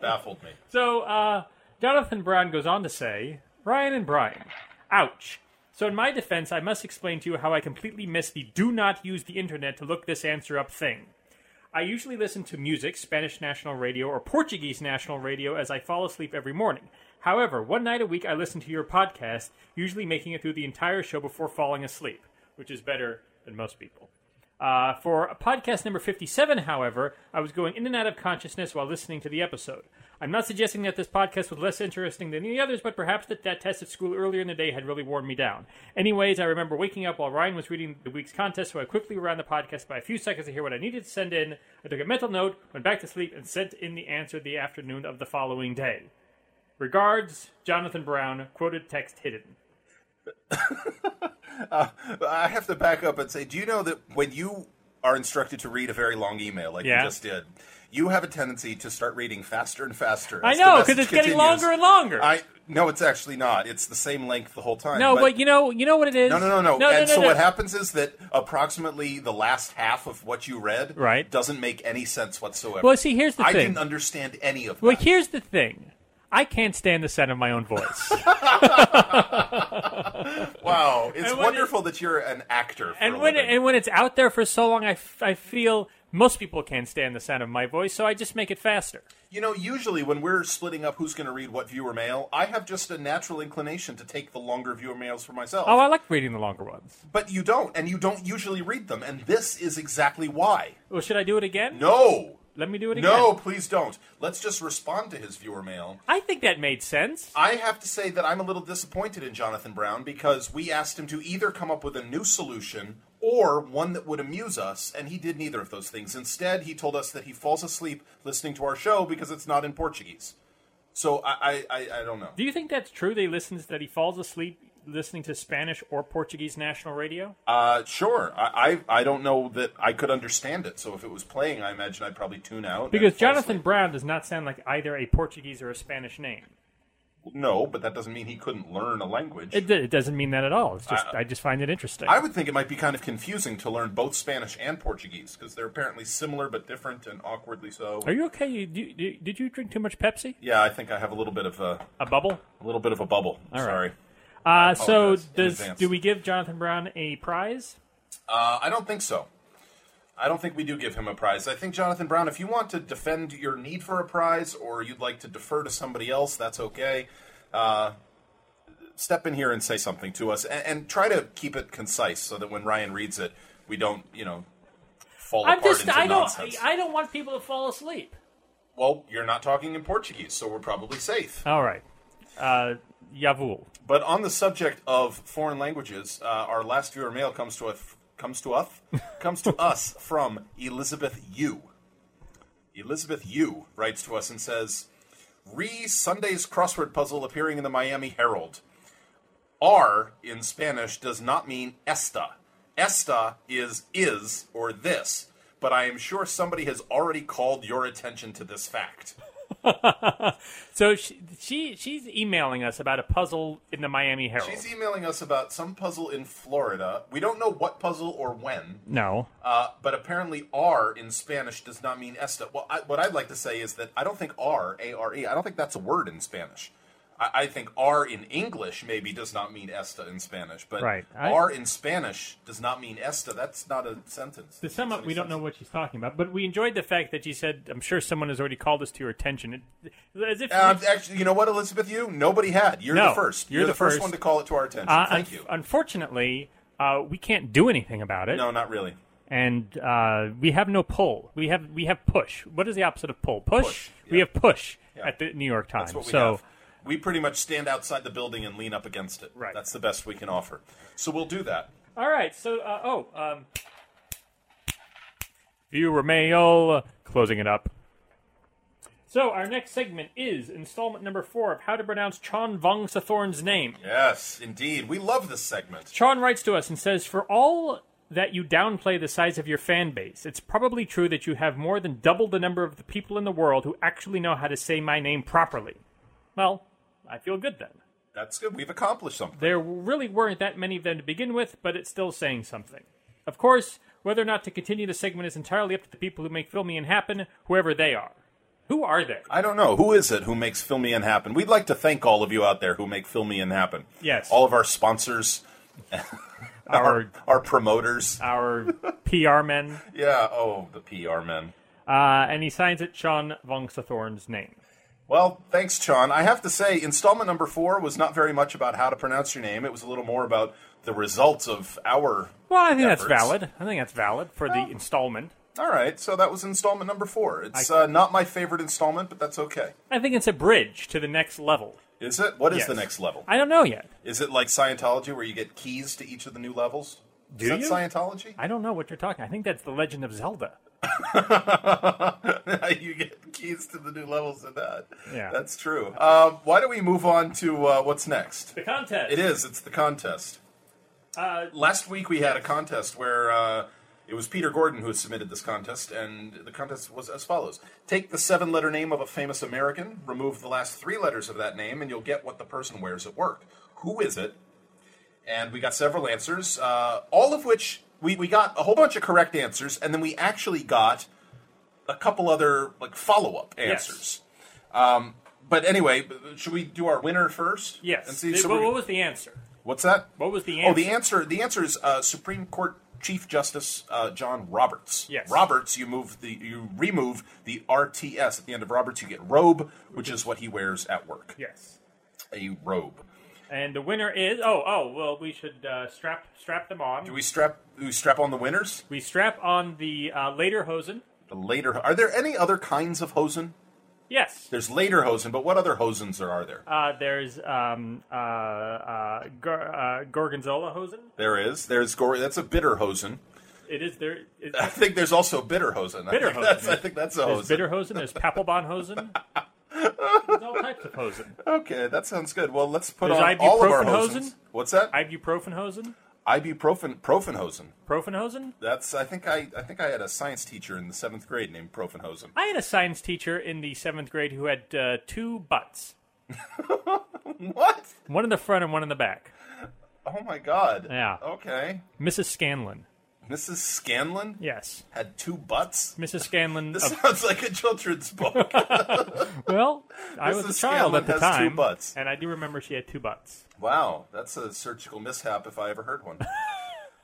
Speaker 2: baffled me.
Speaker 1: So uh, Jonathan Brown goes on to say, Ryan and Brian, ouch. So in my defense, I must explain to you how I completely missed the "do not use the internet to look this answer up" thing. I usually listen to music, Spanish national radio, or Portuguese national radio as I fall asleep every morning. However, one night a week I listen to your podcast, usually making it through the entire show before falling asleep, which is better than most people. Uh, for podcast number 57, however, I was going in and out of consciousness while listening to the episode. I'm not suggesting that this podcast was less interesting than the others, but perhaps that, that test at school earlier in the day had really worn me down. Anyways, I remember waking up while Ryan was reading the week's contest, so I quickly ran the podcast by a few seconds to hear what I needed to send in. I took a mental note, went back to sleep, and sent in the answer the afternoon of the following day. Regards, Jonathan Brown, quoted text hidden.
Speaker 2: I have to back up and say, do you know that when you are instructed to read a very long email, like
Speaker 1: Yeah.
Speaker 2: you just did, you have a tendency to start reading faster and faster.
Speaker 1: I
Speaker 2: as the
Speaker 1: know,
Speaker 2: message
Speaker 1: because it's getting
Speaker 2: continues.
Speaker 1: longer and longer.
Speaker 2: I no, it's actually not. It's the same length the whole time.
Speaker 1: no, but, you know, you know what it is.
Speaker 2: no, no, no, no.
Speaker 1: no,
Speaker 2: and
Speaker 1: no,
Speaker 2: so
Speaker 1: no.
Speaker 2: what happens is that approximately the last half of what you read
Speaker 1: Right.
Speaker 2: doesn't make any sense whatsoever.
Speaker 1: Well, see, here's the
Speaker 2: I
Speaker 1: thing.
Speaker 2: didn't understand any of
Speaker 1: Well,
Speaker 2: that.
Speaker 1: here's the thing. I can't stand the sound of my own
Speaker 2: *laughs*
Speaker 1: voice.
Speaker 2: Wow, it's
Speaker 1: And when it-
Speaker 2: wonderful that you're an actor. For
Speaker 1: and
Speaker 2: a
Speaker 1: when
Speaker 2: living.
Speaker 1: and when it's out there for so long, I, f- I feel most people can't stand the sound of my voice, so I just make it faster.
Speaker 2: you know, usually when we're splitting up who's going to read what viewer mail, I have just a natural inclination to take the longer viewer mails for myself.
Speaker 1: Oh, I like reading the longer ones.
Speaker 2: But you don't, and you don't usually read them, and this is exactly why.
Speaker 1: Well, should I do it again?
Speaker 2: No,
Speaker 1: Let me do it again.
Speaker 2: No, please don't. Let's just respond to his viewer mail.
Speaker 1: I think that made sense.
Speaker 2: I have to say that I'm a little disappointed in Jonathan Brown because we asked him to either come up with a new solution or one that would amuse us, and he did neither of those things. Instead, he told us that he falls asleep listening to our show because it's not in Portuguese. So I, I, I, I don't know.
Speaker 1: Do you think that's true? That he listens that he falls asleep listening to Spanish or Portuguese national radio.
Speaker 2: Uh, sure. I, I I don't know that I could understand it. So if it was playing, I imagine I'd probably tune out. and
Speaker 1: Because
Speaker 2: fall
Speaker 1: Jonathan
Speaker 2: asleep.
Speaker 1: Brown does not sound like either a Portuguese or a Spanish name.
Speaker 2: No, but that doesn't mean he couldn't learn a language.
Speaker 1: It, it doesn't mean that at all. It's
Speaker 2: Uh,
Speaker 1: just I, just find it interesting.
Speaker 2: I would think it might be kind of confusing to learn both Spanish and Portuguese because they're apparently similar but different and awkwardly so.
Speaker 1: Are you okay? You, do, do, did you drink too much Pepsi?
Speaker 2: Yeah, I think I have a little bit of a,
Speaker 1: A bubble.
Speaker 2: a little bit of a bubble.
Speaker 1: right.
Speaker 2: Sorry.
Speaker 1: Uh, so
Speaker 2: apologize in
Speaker 1: does
Speaker 2: advance.
Speaker 1: do we give Jonathan Brown a prize?
Speaker 2: Uh, I don't think so. I don't think we do give him a prize. I think Jonathan Brown, if you want to defend your need for a prize or you'd like to defer to somebody else, that's okay. Uh, step in here and say something to us, and, and try to keep it concise so that when Ryan reads it, we don't, you know, fall
Speaker 1: I'm
Speaker 2: apart
Speaker 1: just
Speaker 2: into
Speaker 1: I don't
Speaker 2: nonsense.
Speaker 1: I don't want people to fall asleep.
Speaker 2: Well, you're not talking in Portuguese, so we're probably safe.
Speaker 1: All right. Uh, Yavul. *laughs*
Speaker 2: But on the subject of foreign languages, uh, our last viewer mail comes to us comes to us comes to us from Elizabeth U. Elizabeth U. writes to us and says, "Re Sunday's crossword puzzle appearing in the Miami Herald. R in Spanish does not mean esta. Esta is is or this." But I am sure somebody has already called your attention to this fact.
Speaker 1: So she, she she's emailing us about a puzzle in the Miami Herald.
Speaker 2: She's e- emailing us about some puzzle in Florida. We don't know what puzzle or when,
Speaker 1: no.
Speaker 2: Uh, but apparently, R in Spanish does not mean esta. Well, I, what I'd like to say is that I don't think R, A R E, I don't think that's a word in Spanish. I, I think R in English maybe does not mean esta in Spanish, but
Speaker 1: Right. I-
Speaker 2: R in Spanish does not mean esta. That's not a sentence.
Speaker 1: To sum up, we don't know what she's talking about, but we enjoyed the fact that she said, "I'm sure someone has already called this to your attention." It, as if
Speaker 2: Um, actually, you know what, Elizabeth? You nobody had. You're
Speaker 1: No,
Speaker 2: the first.
Speaker 1: you're the
Speaker 2: the first
Speaker 1: first.
Speaker 2: one to call it to our attention.
Speaker 1: Uh,
Speaker 2: Thank
Speaker 1: un-
Speaker 2: you.
Speaker 1: Unfortunately, uh, we can't do anything about it,
Speaker 2: No, not really.
Speaker 1: and uh, we have no pull. We have we have push. What is the opposite of pull? Push.
Speaker 2: Push,
Speaker 1: We
Speaker 2: yeah.
Speaker 1: have push at the New York Times.
Speaker 2: That's what we
Speaker 1: so
Speaker 2: have. We pretty much stand outside the building and lean up against it.
Speaker 1: Right.
Speaker 2: That's the best we can offer. So we'll do that.
Speaker 1: all right. So uh, oh, um, viewer mail closing it up. So our next segment is installment number four of how to pronounce Chon Vong Sathorn's name.
Speaker 2: Yes, indeed. We love this segment.
Speaker 1: Sean writes to us and says, For all that you downplay the size of your fan base, it's probably true that you have more than double the number of the people in the world who actually know how to say my name properly. Well, I feel good then.
Speaker 2: That's good. We've accomplished something.
Speaker 1: There really weren't that many of them to begin with, but it's still saying something. Of course, whether or not to continue the segment is entirely up to the people who make Filmian happen, whoever they are. Who are they?
Speaker 2: I don't know. Who is it who makes Filmian happen? We'd like to thank all of you out there who make Filmian happen.
Speaker 1: Yes.
Speaker 2: All of our sponsors,
Speaker 1: Our
Speaker 2: our promoters.
Speaker 1: our *laughs* PR men.
Speaker 2: Yeah, oh, the PR men.
Speaker 1: Uh, and he signs it Sean Von Sathorn's name.
Speaker 2: Well, thanks, Sean. I have to say, installment number four was not very much about how to pronounce your name. It was a little more about the results of our.
Speaker 1: Well, I think that's
Speaker 2: efforts.
Speaker 1: valid. I think that's valid for the installment.
Speaker 2: All right, so that was installment number four. It's uh, not my favorite installment, but that's okay.
Speaker 1: I think it's a bridge to the next level.
Speaker 2: Is it? What is
Speaker 1: Yes.
Speaker 2: the next level?
Speaker 1: I don't know yet.
Speaker 2: Is it like Scientology where you get keys to each of the new levels?
Speaker 1: Do
Speaker 2: is that
Speaker 1: you?
Speaker 2: Scientology?
Speaker 1: I don't know what you're talking. I think that's the Legend of Zelda.
Speaker 2: *laughs* you get keys to the new levels in that.
Speaker 1: Yeah.
Speaker 2: That's true. Um, why don't we move on to uh, what's next?
Speaker 1: The contest.
Speaker 2: It is. It's the contest. Uh, Last week we had a contest where uh, it was Peter Gordon who submitted this contest, and the contest was as follows: Take the seven-letter name of a famous American, remove the last three letters of that name, and you'll get what the person wears at work. Who is it? And we got several answers, uh, all of which we, we got a whole bunch of correct answers, and then we actually got a couple other like follow-up
Speaker 1: Yes.
Speaker 2: answers. Um, but anyway, should we do our winner first?
Speaker 1: Yes.
Speaker 2: And see,
Speaker 1: The-
Speaker 2: so
Speaker 1: what,
Speaker 2: we're-
Speaker 1: what was the answer?
Speaker 2: What's that?
Speaker 1: What was the
Speaker 2: Oh,
Speaker 1: answer?
Speaker 2: the answer. The answer is uh, Supreme Court Chief Justice uh, John Roberts.
Speaker 1: Yes.
Speaker 2: Roberts. You move the. You remove the RTS at the end of Roberts. You get robe, which is what he wears at work.
Speaker 1: Yes.
Speaker 2: A robe.
Speaker 1: And the winner is oh oh well we should uh, strap strap them on.
Speaker 2: Do
Speaker 1: We,
Speaker 2: we strap? Do we strap on the winners?
Speaker 1: strap on the uh, later hosen.
Speaker 2: later. Are there any other kinds of hosen?
Speaker 1: Yes.
Speaker 2: There's later hosen, but what other hosens there are there?
Speaker 1: Uh, there's um, uh, uh, gor- uh, Gorgonzola hosen.
Speaker 2: There is. There's gore. That's a bitter hosen. *laughs*
Speaker 1: It is there. It,
Speaker 2: I think there's also bitter hosen. I
Speaker 1: Bitter
Speaker 2: think that's-
Speaker 1: hosen.
Speaker 2: I think that's a
Speaker 1: there's
Speaker 2: hosen.
Speaker 1: Bitterhosen. There's Papelbonhosen.
Speaker 2: *laughs*
Speaker 1: there's all types of hosen.
Speaker 2: Okay, that sounds good. Well, let's put
Speaker 1: There's
Speaker 2: on all of our
Speaker 1: ibuprofen
Speaker 2: hosens.
Speaker 1: hosen?
Speaker 2: What's that?
Speaker 1: Ibuprofenhosen.
Speaker 2: ibuprofen profenhosen.
Speaker 1: Profenhosen.
Speaker 2: That's I think I I think I had a science teacher in the seventh grade
Speaker 1: *laughs*
Speaker 2: named Profenhosen.
Speaker 1: I had a science teacher in the seventh grade who had uh, two butts,
Speaker 2: What?
Speaker 1: one in the front and one in the back.
Speaker 2: Oh my god.
Speaker 1: Yeah.
Speaker 2: Okay.
Speaker 1: Mrs. Scanlon.
Speaker 2: Mrs. Scanlon
Speaker 1: Yes.
Speaker 2: had two
Speaker 1: *laughs*
Speaker 2: butts.
Speaker 1: Mrs. Scanlon.
Speaker 2: *laughs* This
Speaker 1: of-
Speaker 2: sounds like a children's book.
Speaker 1: *laughs* well, I was
Speaker 2: Mrs.
Speaker 1: a child
Speaker 2: Scanlon
Speaker 1: at the
Speaker 2: has two
Speaker 1: time,
Speaker 2: butts.
Speaker 1: and I do remember she had two butts.
Speaker 2: wow, that's a surgical mishap if I ever heard
Speaker 1: *laughs*
Speaker 2: one.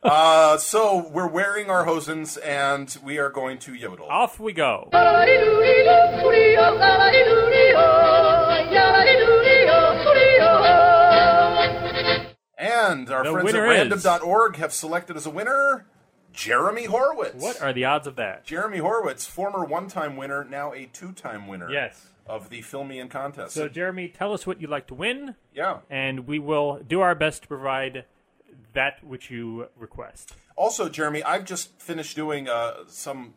Speaker 2: Uh, so we're wearing our hosens and we are going to yodel.
Speaker 1: Off we go.
Speaker 2: And our
Speaker 1: The
Speaker 2: friends at
Speaker 1: winner is-
Speaker 2: random.org have selected as a winner Jeremy Horowitz.
Speaker 1: What are the odds of that?
Speaker 2: Jeremy Horowitz, former one-time winner, now a two-time winner
Speaker 1: Yes.
Speaker 2: of the Filmian contest.
Speaker 1: So, Jeremy, tell us what you'd like to win,
Speaker 2: yeah.
Speaker 1: and we will do our best to provide that which you request.
Speaker 2: Also, Jeremy, I've just finished doing uh, some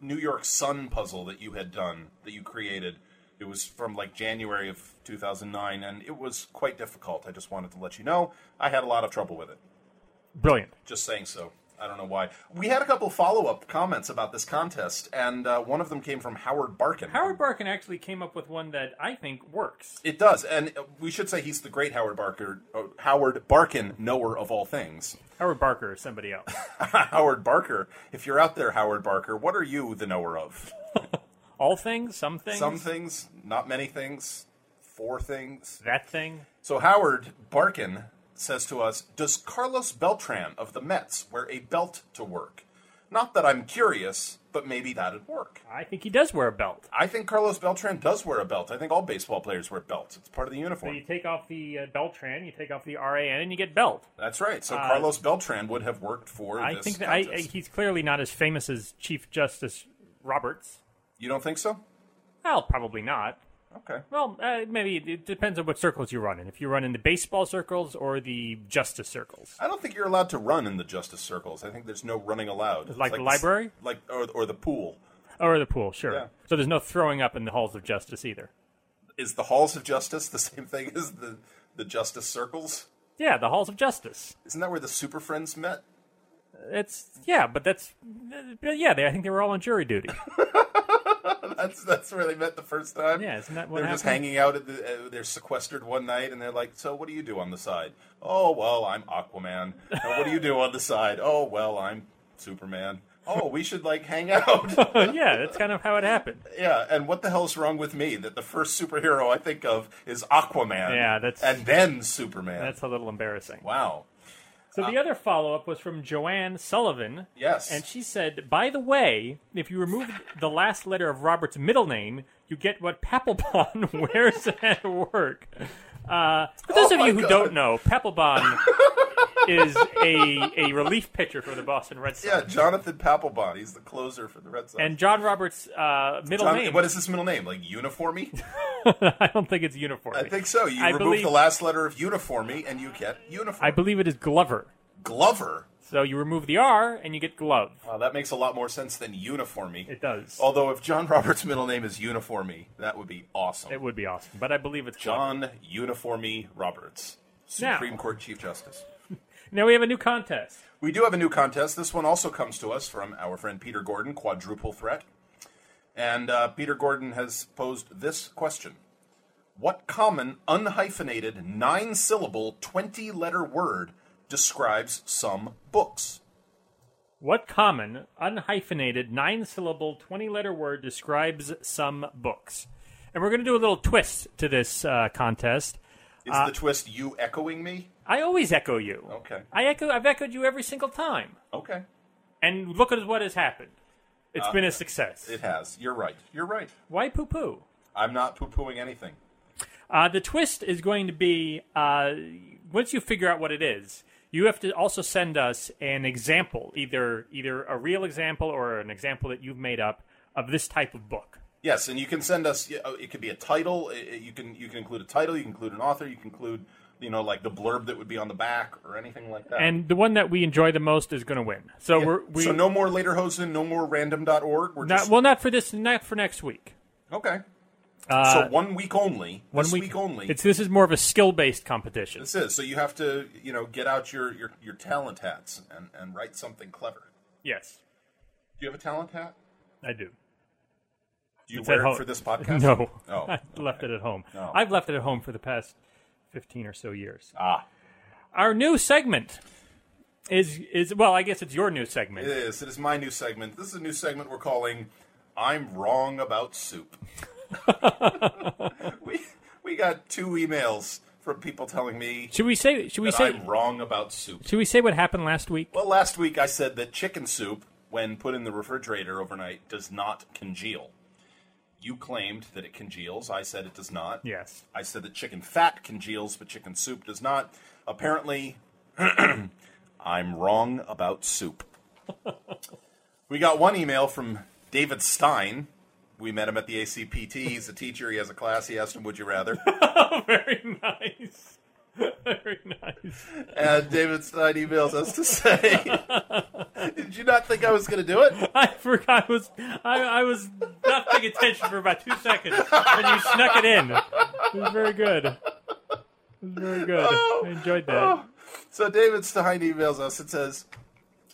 Speaker 2: New York Sun puzzle that you had done, that you created. It was from like January of 2009, and it was quite difficult. I just wanted to let you know I had a lot of trouble with it.
Speaker 1: Brilliant.
Speaker 2: Just saying so. I don't know why. We had a couple follow up comments about this contest, and uh, one of them came from Howard Barkin.
Speaker 1: Howard Barkin actually came up with one that I think works.
Speaker 2: It does, and uh, we should say he's the great Howard Barker, uh, Howard Barkin, knower of all things. *laughs*
Speaker 1: Howard Barker or somebody else.
Speaker 2: Howard Barker, if you're out there, Howard Barker, what are you the knower of?
Speaker 1: All things, some things,
Speaker 2: Some things, not many things, four things.
Speaker 1: that thing.
Speaker 2: So Howard Barkin says to us, "Does Carlos Beltran of the Mets wear a belt to work? Not that I'm curious, but maybe that'd work."
Speaker 1: I think he does wear a belt.
Speaker 2: I think Carlos Beltran does wear a belt. I think all baseball players wear belts. It's part of the
Speaker 1: So
Speaker 2: uniform.
Speaker 1: you take off the uh, Beltran, you take off the RAN, and you get belt.
Speaker 2: That's right. So Carlos Beltran would have worked for
Speaker 1: uh, I
Speaker 2: this
Speaker 1: think that I, I,
Speaker 2: contest.
Speaker 1: he's clearly not as famous as Chief Justice Roberts.
Speaker 2: you don't think so?
Speaker 1: Well, probably not.
Speaker 2: Okay.
Speaker 1: Well, uh, maybe it- it depends on what circles you run in. If you run in the baseball circles or the justice circles.
Speaker 2: I don't think you're allowed to run in the justice circles. I think there's no running allowed. It's
Speaker 1: Like the library?
Speaker 2: like or, or the pool.
Speaker 1: Or the pool, sure.
Speaker 2: Yeah.
Speaker 1: So there's no throwing up in the halls of justice either.
Speaker 2: Is the halls of justice the *laughs* same thing as the the justice circles?
Speaker 1: Yeah, the halls of justice.
Speaker 2: Isn't that where the super friends met? *laughs*
Speaker 1: It's yeah, but that's but yeah. They, I think they were all on jury duty.
Speaker 2: That's that's where they met the first time.
Speaker 1: Yeah, isn't that what
Speaker 2: they're just
Speaker 1: happened?
Speaker 2: hanging out at the. Uh, they're sequestered one night, and they're like, "So, what do you do on the side? Oh, well, I'm Aquaman. "Oh, what do you do on the side? Oh, well, I'm Superman. Oh, we should like hang out.
Speaker 1: *laughs*
Speaker 2: *laughs*
Speaker 1: yeah, that's kind of how it happened.
Speaker 2: yeah, and what the hell's wrong with me? That the first superhero I think of is Aquaman.
Speaker 1: Yeah, that's-
Speaker 2: and then Superman.
Speaker 1: That's a little embarrassing.
Speaker 2: wow.
Speaker 1: So the other follow up was from Joanne Sullivan.
Speaker 2: Uh, Yes.
Speaker 1: And she said, by the way, if you remove the last letter of Robert's middle name, you get what Papelbon *laughs* wears at work. Uh, for those
Speaker 2: Oh
Speaker 1: of
Speaker 2: my
Speaker 1: you who
Speaker 2: God.
Speaker 1: don't know,
Speaker 2: *laughs*
Speaker 1: Papelbon is a, a relief pitcher for the Boston Red Sox.
Speaker 2: yeah, Jonathan Papelbon. He's the closer for the Red Sox.
Speaker 1: And John Roberts' uh, middle
Speaker 2: Jonathan-
Speaker 1: name,
Speaker 2: what is his middle name? Like uniformy?
Speaker 1: *laughs* I don't think it's uniform.
Speaker 2: I think so.
Speaker 1: *laughs*
Speaker 2: You
Speaker 1: I
Speaker 2: remove
Speaker 1: believe-
Speaker 2: the last letter of uniformy, and you get uniform.
Speaker 1: I believe it is Glover.
Speaker 2: Glover.
Speaker 1: So you remove the R and you get glove.
Speaker 2: Wow, that makes a lot more sense than uniformy.
Speaker 1: It does.
Speaker 2: Although if John Roberts' middle name is uniformy, that would be awesome.
Speaker 1: It would be awesome, but I believe it's glove.
Speaker 2: John Uniformy Roberts,
Speaker 1: Now-
Speaker 2: Supreme Court Chief Justice.
Speaker 1: Now we have a new contest.
Speaker 2: We do have a new contest. This one also comes to us from our friend Peter Gordon, Quadruple Threat. And uh, Peter Gordon has posed this question What common, unhyphenated, nine syllable, 20 letter word describes some books?
Speaker 1: What common, unhyphenated, nine syllable, 20 letter word describes some books? And we're going to do a little twist to this uh, contest.
Speaker 2: Is the twist you echoing me?
Speaker 1: I always echo you.
Speaker 2: Okay.
Speaker 1: I echo, I've echoed you every single time.
Speaker 2: Okay.
Speaker 1: And look at what has happened. It's been a success.
Speaker 2: It has. You're right. You're right.
Speaker 1: Why poo poo?
Speaker 2: I'm not poo pooing anything.
Speaker 1: Uh, the twist is going to be uh, once you figure out what it is, you have to also send us an example, either either a real example or an example that you've made up of this type of book.
Speaker 2: Yes, and you can send us. uh, It could be a title. it- it- You can you can include a title. You can include an author. You can include you know like the blurb that would be on the back or anything like that.
Speaker 1: And the one that we enjoy the most is going to win. So we're we
Speaker 2: so no more laterhosen, no more random.org. We're
Speaker 1: not,
Speaker 2: just
Speaker 1: well not for this not for next week.
Speaker 2: okay. so one week only.
Speaker 1: Uh, One
Speaker 2: this week, only.
Speaker 1: It's this is more of a skill based competition.
Speaker 2: this is so you have to you know get out your your, your talent hats and, and write something clever.
Speaker 1: Yes,
Speaker 2: Do you have a talent hat?
Speaker 1: I do.
Speaker 2: Do you
Speaker 1: It's at
Speaker 2: wear it
Speaker 1: home.
Speaker 2: for
Speaker 1: *laughs*
Speaker 2: this podcast?
Speaker 1: No, *laughs*
Speaker 2: Oh,
Speaker 1: I left it at home.
Speaker 2: No.
Speaker 1: I've left it at home for the past fifteen or so years.
Speaker 2: Ah,
Speaker 1: Our new segment is is well, I guess it's your new segment.
Speaker 2: it is. It is my new segment. This is a new segment we're calling "I'm Wrong About Soup." we we got two emails from people telling me
Speaker 1: Should we say? Should we
Speaker 2: that
Speaker 1: say?
Speaker 2: I'm wrong about soup.
Speaker 1: Should we say what happened last week?
Speaker 2: Well, last week I said that chicken soup, when put in the refrigerator overnight, does not congeal. You claimed that it congeals. I said it does not.
Speaker 1: Yes. *laughs*
Speaker 2: I said that chicken fat congeals, but chicken soup does not. Apparently, *clears throat* I'm wrong about soup. we got one email from David Stein. We met him at the ACPT. He's a teacher. He has a class. He asked him, Would you rather?
Speaker 1: Very nice. *laughs* Very nice.
Speaker 2: and David Stein emails us to say, *laughs* Did you not think I was going to do it?
Speaker 1: *laughs* I forgot. I was I, I was not paying attention for about two seconds when you snuck it in. It was very good. It was very good. I enjoyed that.
Speaker 2: So David Stein emails us and says,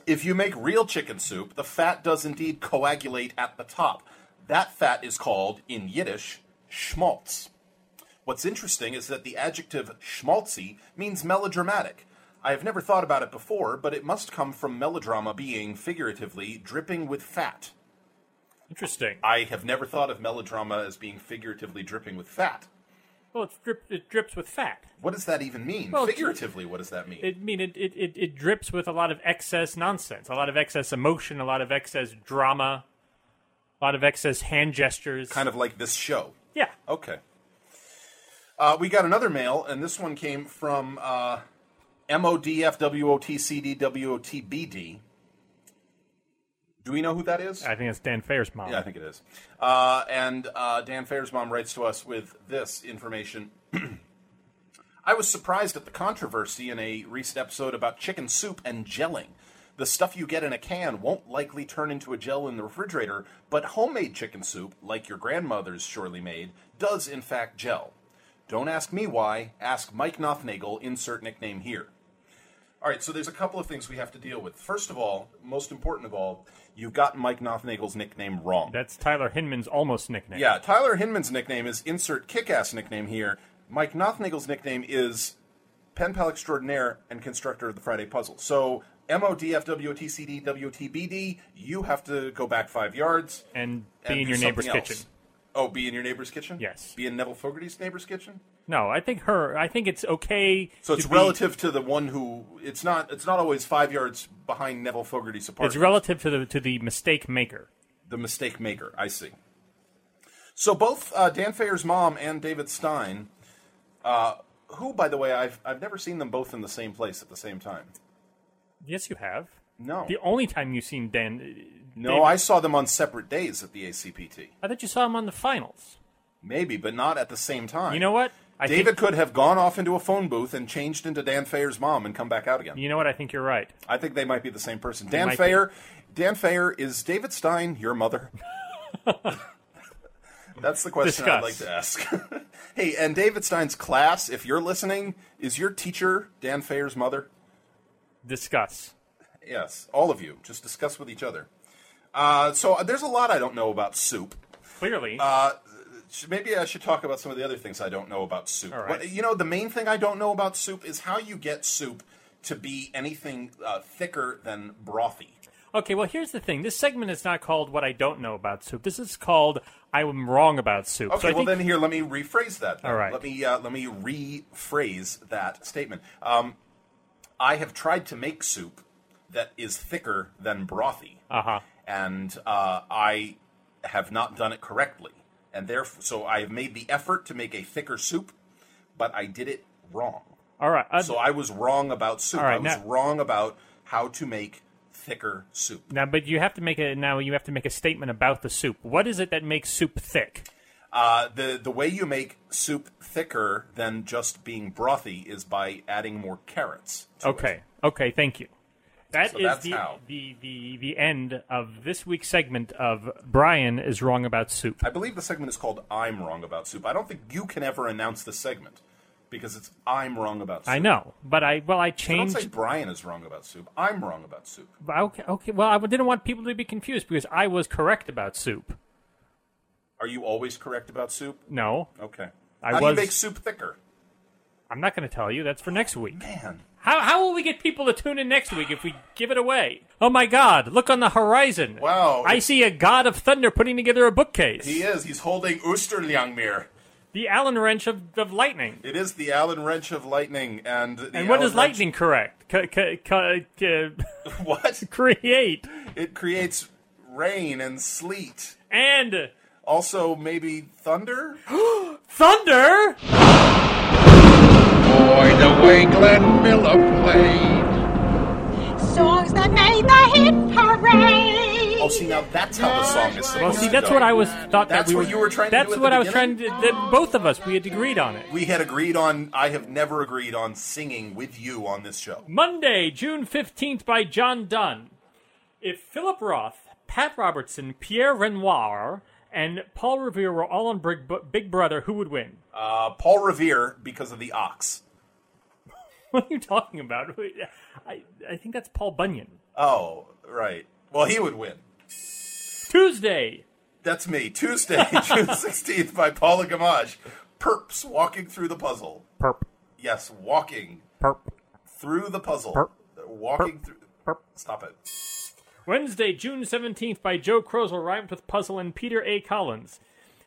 Speaker 2: if you make real chicken soup, the fat does indeed coagulate at the top. That fat is called, in Yiddish, schmaltz. What's interesting is that the adjective schmaltzy means melodramatic. I have never thought about it before, but it must come from melodrama being, figuratively, dripping with fat.
Speaker 1: Interesting.
Speaker 2: I have never thought of melodrama as being figuratively dripping with fat.
Speaker 1: Well, it, drip, it drips with fat.
Speaker 2: What does that even mean?
Speaker 1: Well, it's-
Speaker 2: figuratively, what does that mean?
Speaker 1: It I mean it, it, it, it drips with a lot of excess nonsense, a lot of excess emotion, a lot of excess drama, a lot of excess hand gestures.
Speaker 2: kind of like this show.
Speaker 1: yeah.
Speaker 2: Okay. Uh, we got another mail, and this one came from uh, MODFWOTCDWOTBD. Do we know who that is?
Speaker 1: I think that's Dan Fair's mom.
Speaker 2: yeah, I think it is. Uh, and uh, Dan Fair's mom writes to us with this information. *clears throat* I was surprised at the controversy in a recent episode about chicken soup and gelling. The stuff you get in a can won't likely turn into a gel in the refrigerator, but homemade chicken soup, like your grandmother's surely made, does in fact gel. Don't ask me why, ask Mike Nothnagel, insert nickname here. All right, so there's a couple of things we have to deal with. First of all, most important of all, you got Mike Nothnagel's nickname wrong.
Speaker 1: That's Tyler Hinman's almost nickname.
Speaker 2: Yeah, Tyler Hinman's nickname is insert kick-ass nickname here. Mike Nothnagel's nickname is pen pal extraordinaire and constructor of the Friday puzzle. So M O D F W O T C D W O T B D. You have to go back five yards
Speaker 1: And be
Speaker 2: and
Speaker 1: in
Speaker 2: do
Speaker 1: your neighbor's
Speaker 2: something else.
Speaker 1: kitchen.
Speaker 2: Oh, be in your neighbor's kitchen.
Speaker 1: Yes.
Speaker 2: Be in Neville Fogarty's neighbor's kitchen.
Speaker 1: No, I think her. I think it's okay.
Speaker 2: So it's
Speaker 1: to be-
Speaker 2: relative to the one who. It's not. It's not always five yards behind Neville Fogarty's apartment.
Speaker 1: It's relative to the to the mistake maker.
Speaker 2: the mistake maker. I see. So both uh, Dan Fayer's mom and David Stein, uh, who, by the way, I've I've never seen them both in the same place at the same time.
Speaker 1: Yes, you have.
Speaker 2: No,
Speaker 1: The only time you've seen Dan. uh,
Speaker 2: no,
Speaker 1: David-
Speaker 2: I saw them on separate days at the ACPT.
Speaker 1: I thought you saw him on the finals.
Speaker 2: Maybe, but not at the same time.
Speaker 1: You know what? I
Speaker 2: David
Speaker 1: Think,
Speaker 2: could have gone off into a phone booth and changed into Dan Fayer's mom and come back out again.
Speaker 1: you know what? I think you're right.
Speaker 2: I think they might be the same person. Dan
Speaker 1: might
Speaker 2: Fayer, Dan Fayer is David Stein
Speaker 1: *laughs*
Speaker 2: your mother? That's the question
Speaker 1: Discuss.
Speaker 2: I'd like to ask. *laughs* hey, and David Stein's class, if you're listening, is your teacher Dan Fayer's mother?
Speaker 1: Discuss.
Speaker 2: Yes, all of you. Just discuss with each other. Uh, so uh, there's a lot I don't know about soup.
Speaker 1: Clearly,
Speaker 2: Uh, sh- maybe I should talk about some of the other things I don't know about soup.
Speaker 1: All right.
Speaker 2: What- you know, the main thing I don't know about soup is how you get soup to be anything uh, thicker than brothy.
Speaker 1: Okay, well, here's the thing. This segment is not called What I Don't Know About Soup. This is called I Am Wrong About Soup.
Speaker 2: Okay,
Speaker 1: so I
Speaker 2: well
Speaker 1: think,
Speaker 2: then here, let me rephrase that. then.
Speaker 1: All right.
Speaker 2: Let me uh, let me rephrase that statement. Um, I have tried to make soup that is thicker than brothy,
Speaker 1: Uh-huh.
Speaker 2: and uh, I have not done it correctly, and therefore, so I have made the effort to make a thicker soup, but I did it wrong.
Speaker 1: All right. uh,
Speaker 2: So I was wrong about soup.
Speaker 1: right,
Speaker 2: I was
Speaker 1: now-
Speaker 2: wrong about how to make thicker soup.
Speaker 1: Now, but you have to make a now you have to make a statement about the soup. What is it that makes soup thick?
Speaker 2: Uh, the the way you make soup thicker than just being brothy is by adding more carrots. to it.
Speaker 1: Okay. Okay. Thank you. That is
Speaker 2: So that's
Speaker 1: the,
Speaker 2: how.
Speaker 1: the the the end of this week's segment of Brian is wrong about soup.
Speaker 2: I believe the segment is called "I'm Wrong About Soup." I don't think you can ever announce the segment because it's "I'm Wrong About Soup."
Speaker 1: I know, but I well I
Speaker 2: Don't
Speaker 1: changed.
Speaker 2: say Brian is wrong about soup. I'm wrong about soup.
Speaker 1: okay, okay. Well, I didn't want people to be confused because I was correct about soup.
Speaker 2: Are you always correct about soup?
Speaker 1: No,
Speaker 2: Okay.
Speaker 1: I
Speaker 2: How do
Speaker 1: was-
Speaker 2: you make soup thicker?
Speaker 1: I'm not going to tell you. That's for next week.
Speaker 2: Man,
Speaker 1: How how will we get people to tune in next week if we give it away? Oh my God! Look on the horizon.
Speaker 2: Wow.
Speaker 1: I see a god of thunder putting together a bookcase.
Speaker 2: he is. He's holding Osterljangmir.
Speaker 1: the Allen wrench of, of lightning.
Speaker 2: It is the Allen wrench of lightning, and the
Speaker 1: And what
Speaker 2: Allen
Speaker 1: does lightning correct? C- c- c- c-
Speaker 2: wrench- *laughs* what
Speaker 1: create
Speaker 2: it creates rain and sleet.
Speaker 1: and
Speaker 2: Also, maybe thunder.
Speaker 1: thunder.
Speaker 3: Boy, the way Glenn Miller played.
Speaker 4: songs that made the hit parade.
Speaker 2: Oh, see now that's how the song is supposed
Speaker 1: Well, see,
Speaker 2: to
Speaker 1: that's
Speaker 2: go.
Speaker 1: what I was thought that
Speaker 2: That's
Speaker 1: we were.
Speaker 2: what you were trying to
Speaker 1: that's
Speaker 2: do at
Speaker 1: what
Speaker 2: the
Speaker 1: I was trying
Speaker 2: beginning?
Speaker 1: to. That both of us we had agreed on it.
Speaker 2: We had agreed on. I have never agreed on singing with you on this show.
Speaker 1: Monday, June fifteenth, by John Dunn. If Philip Roth, Pat Robertson, Pierre Renoir, and Paul Revere were all on Big, Big Brother, who would win? *laughs*
Speaker 2: Uh, Paul Revere because of the ox.
Speaker 1: What are you talking about? *laughs* I, I think that's Paul Bunyan.
Speaker 2: Oh, right. Well, he would win.
Speaker 1: Tuesday,
Speaker 2: That's me. Tuesday, *laughs* June 16th by Paula Gamage. Perps walking through the puzzle.
Speaker 1: perp,
Speaker 2: Yes, walking
Speaker 1: perp.
Speaker 2: through the puzzle.
Speaker 1: Perp.
Speaker 2: Walking
Speaker 1: Perp.
Speaker 2: through.
Speaker 1: Perp.
Speaker 2: Stop it.
Speaker 1: Wednesday, June 17th by Joe Crozel, rhymed with puzzle and Peter A. Collins.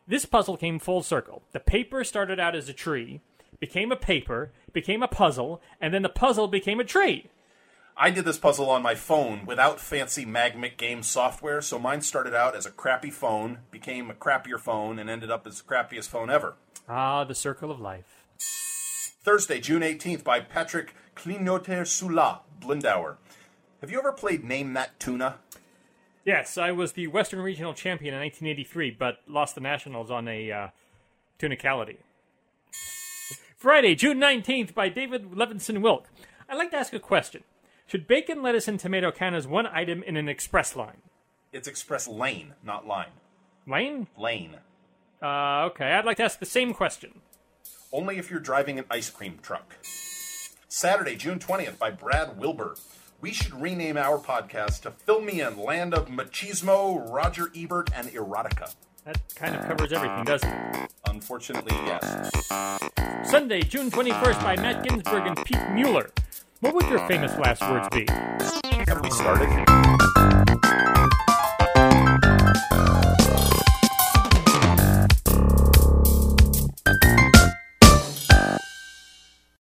Speaker 1: This puzzle came full circle. The paper started out as a tree, became a paper, became a puzzle, and then the puzzle became a tree.
Speaker 2: I did this puzzle on my phone without fancy Magmic game software, so mine started out as a crappy phone, became a crappier phone, and ended up as the crappiest phone ever.
Speaker 1: Ah, the circle of life.
Speaker 2: Thursday, June 18th by Patrick Klinoter Sula, Blindauer. Have you ever played Name That Tuna?
Speaker 1: Yes, I was the Western Regional Champion in 1983, but lost the Nationals on a uh, tunicality. Friday, June 19th, by David Levinson Wilk. I'd like to ask a question. Should bacon, lettuce, and tomato count as one item in an express line?
Speaker 2: It's Express Lane, not Line.
Speaker 1: Lane?
Speaker 2: Lane.
Speaker 1: Uh, okay, I'd like to ask the same question.
Speaker 2: Only if you're driving an ice cream truck. Saturday, June 20th by Brad Wilbur. We should rename our podcast to Fill Me In Land of Machismo, Roger Ebert, and Erotica.
Speaker 1: That kind of covers everything, doesn't it?
Speaker 2: Unfortunately, yes.
Speaker 1: Sunday, June 21st, by Matt Ginsburg and Pete Mueller. What would your famous last words be?
Speaker 2: Have we started?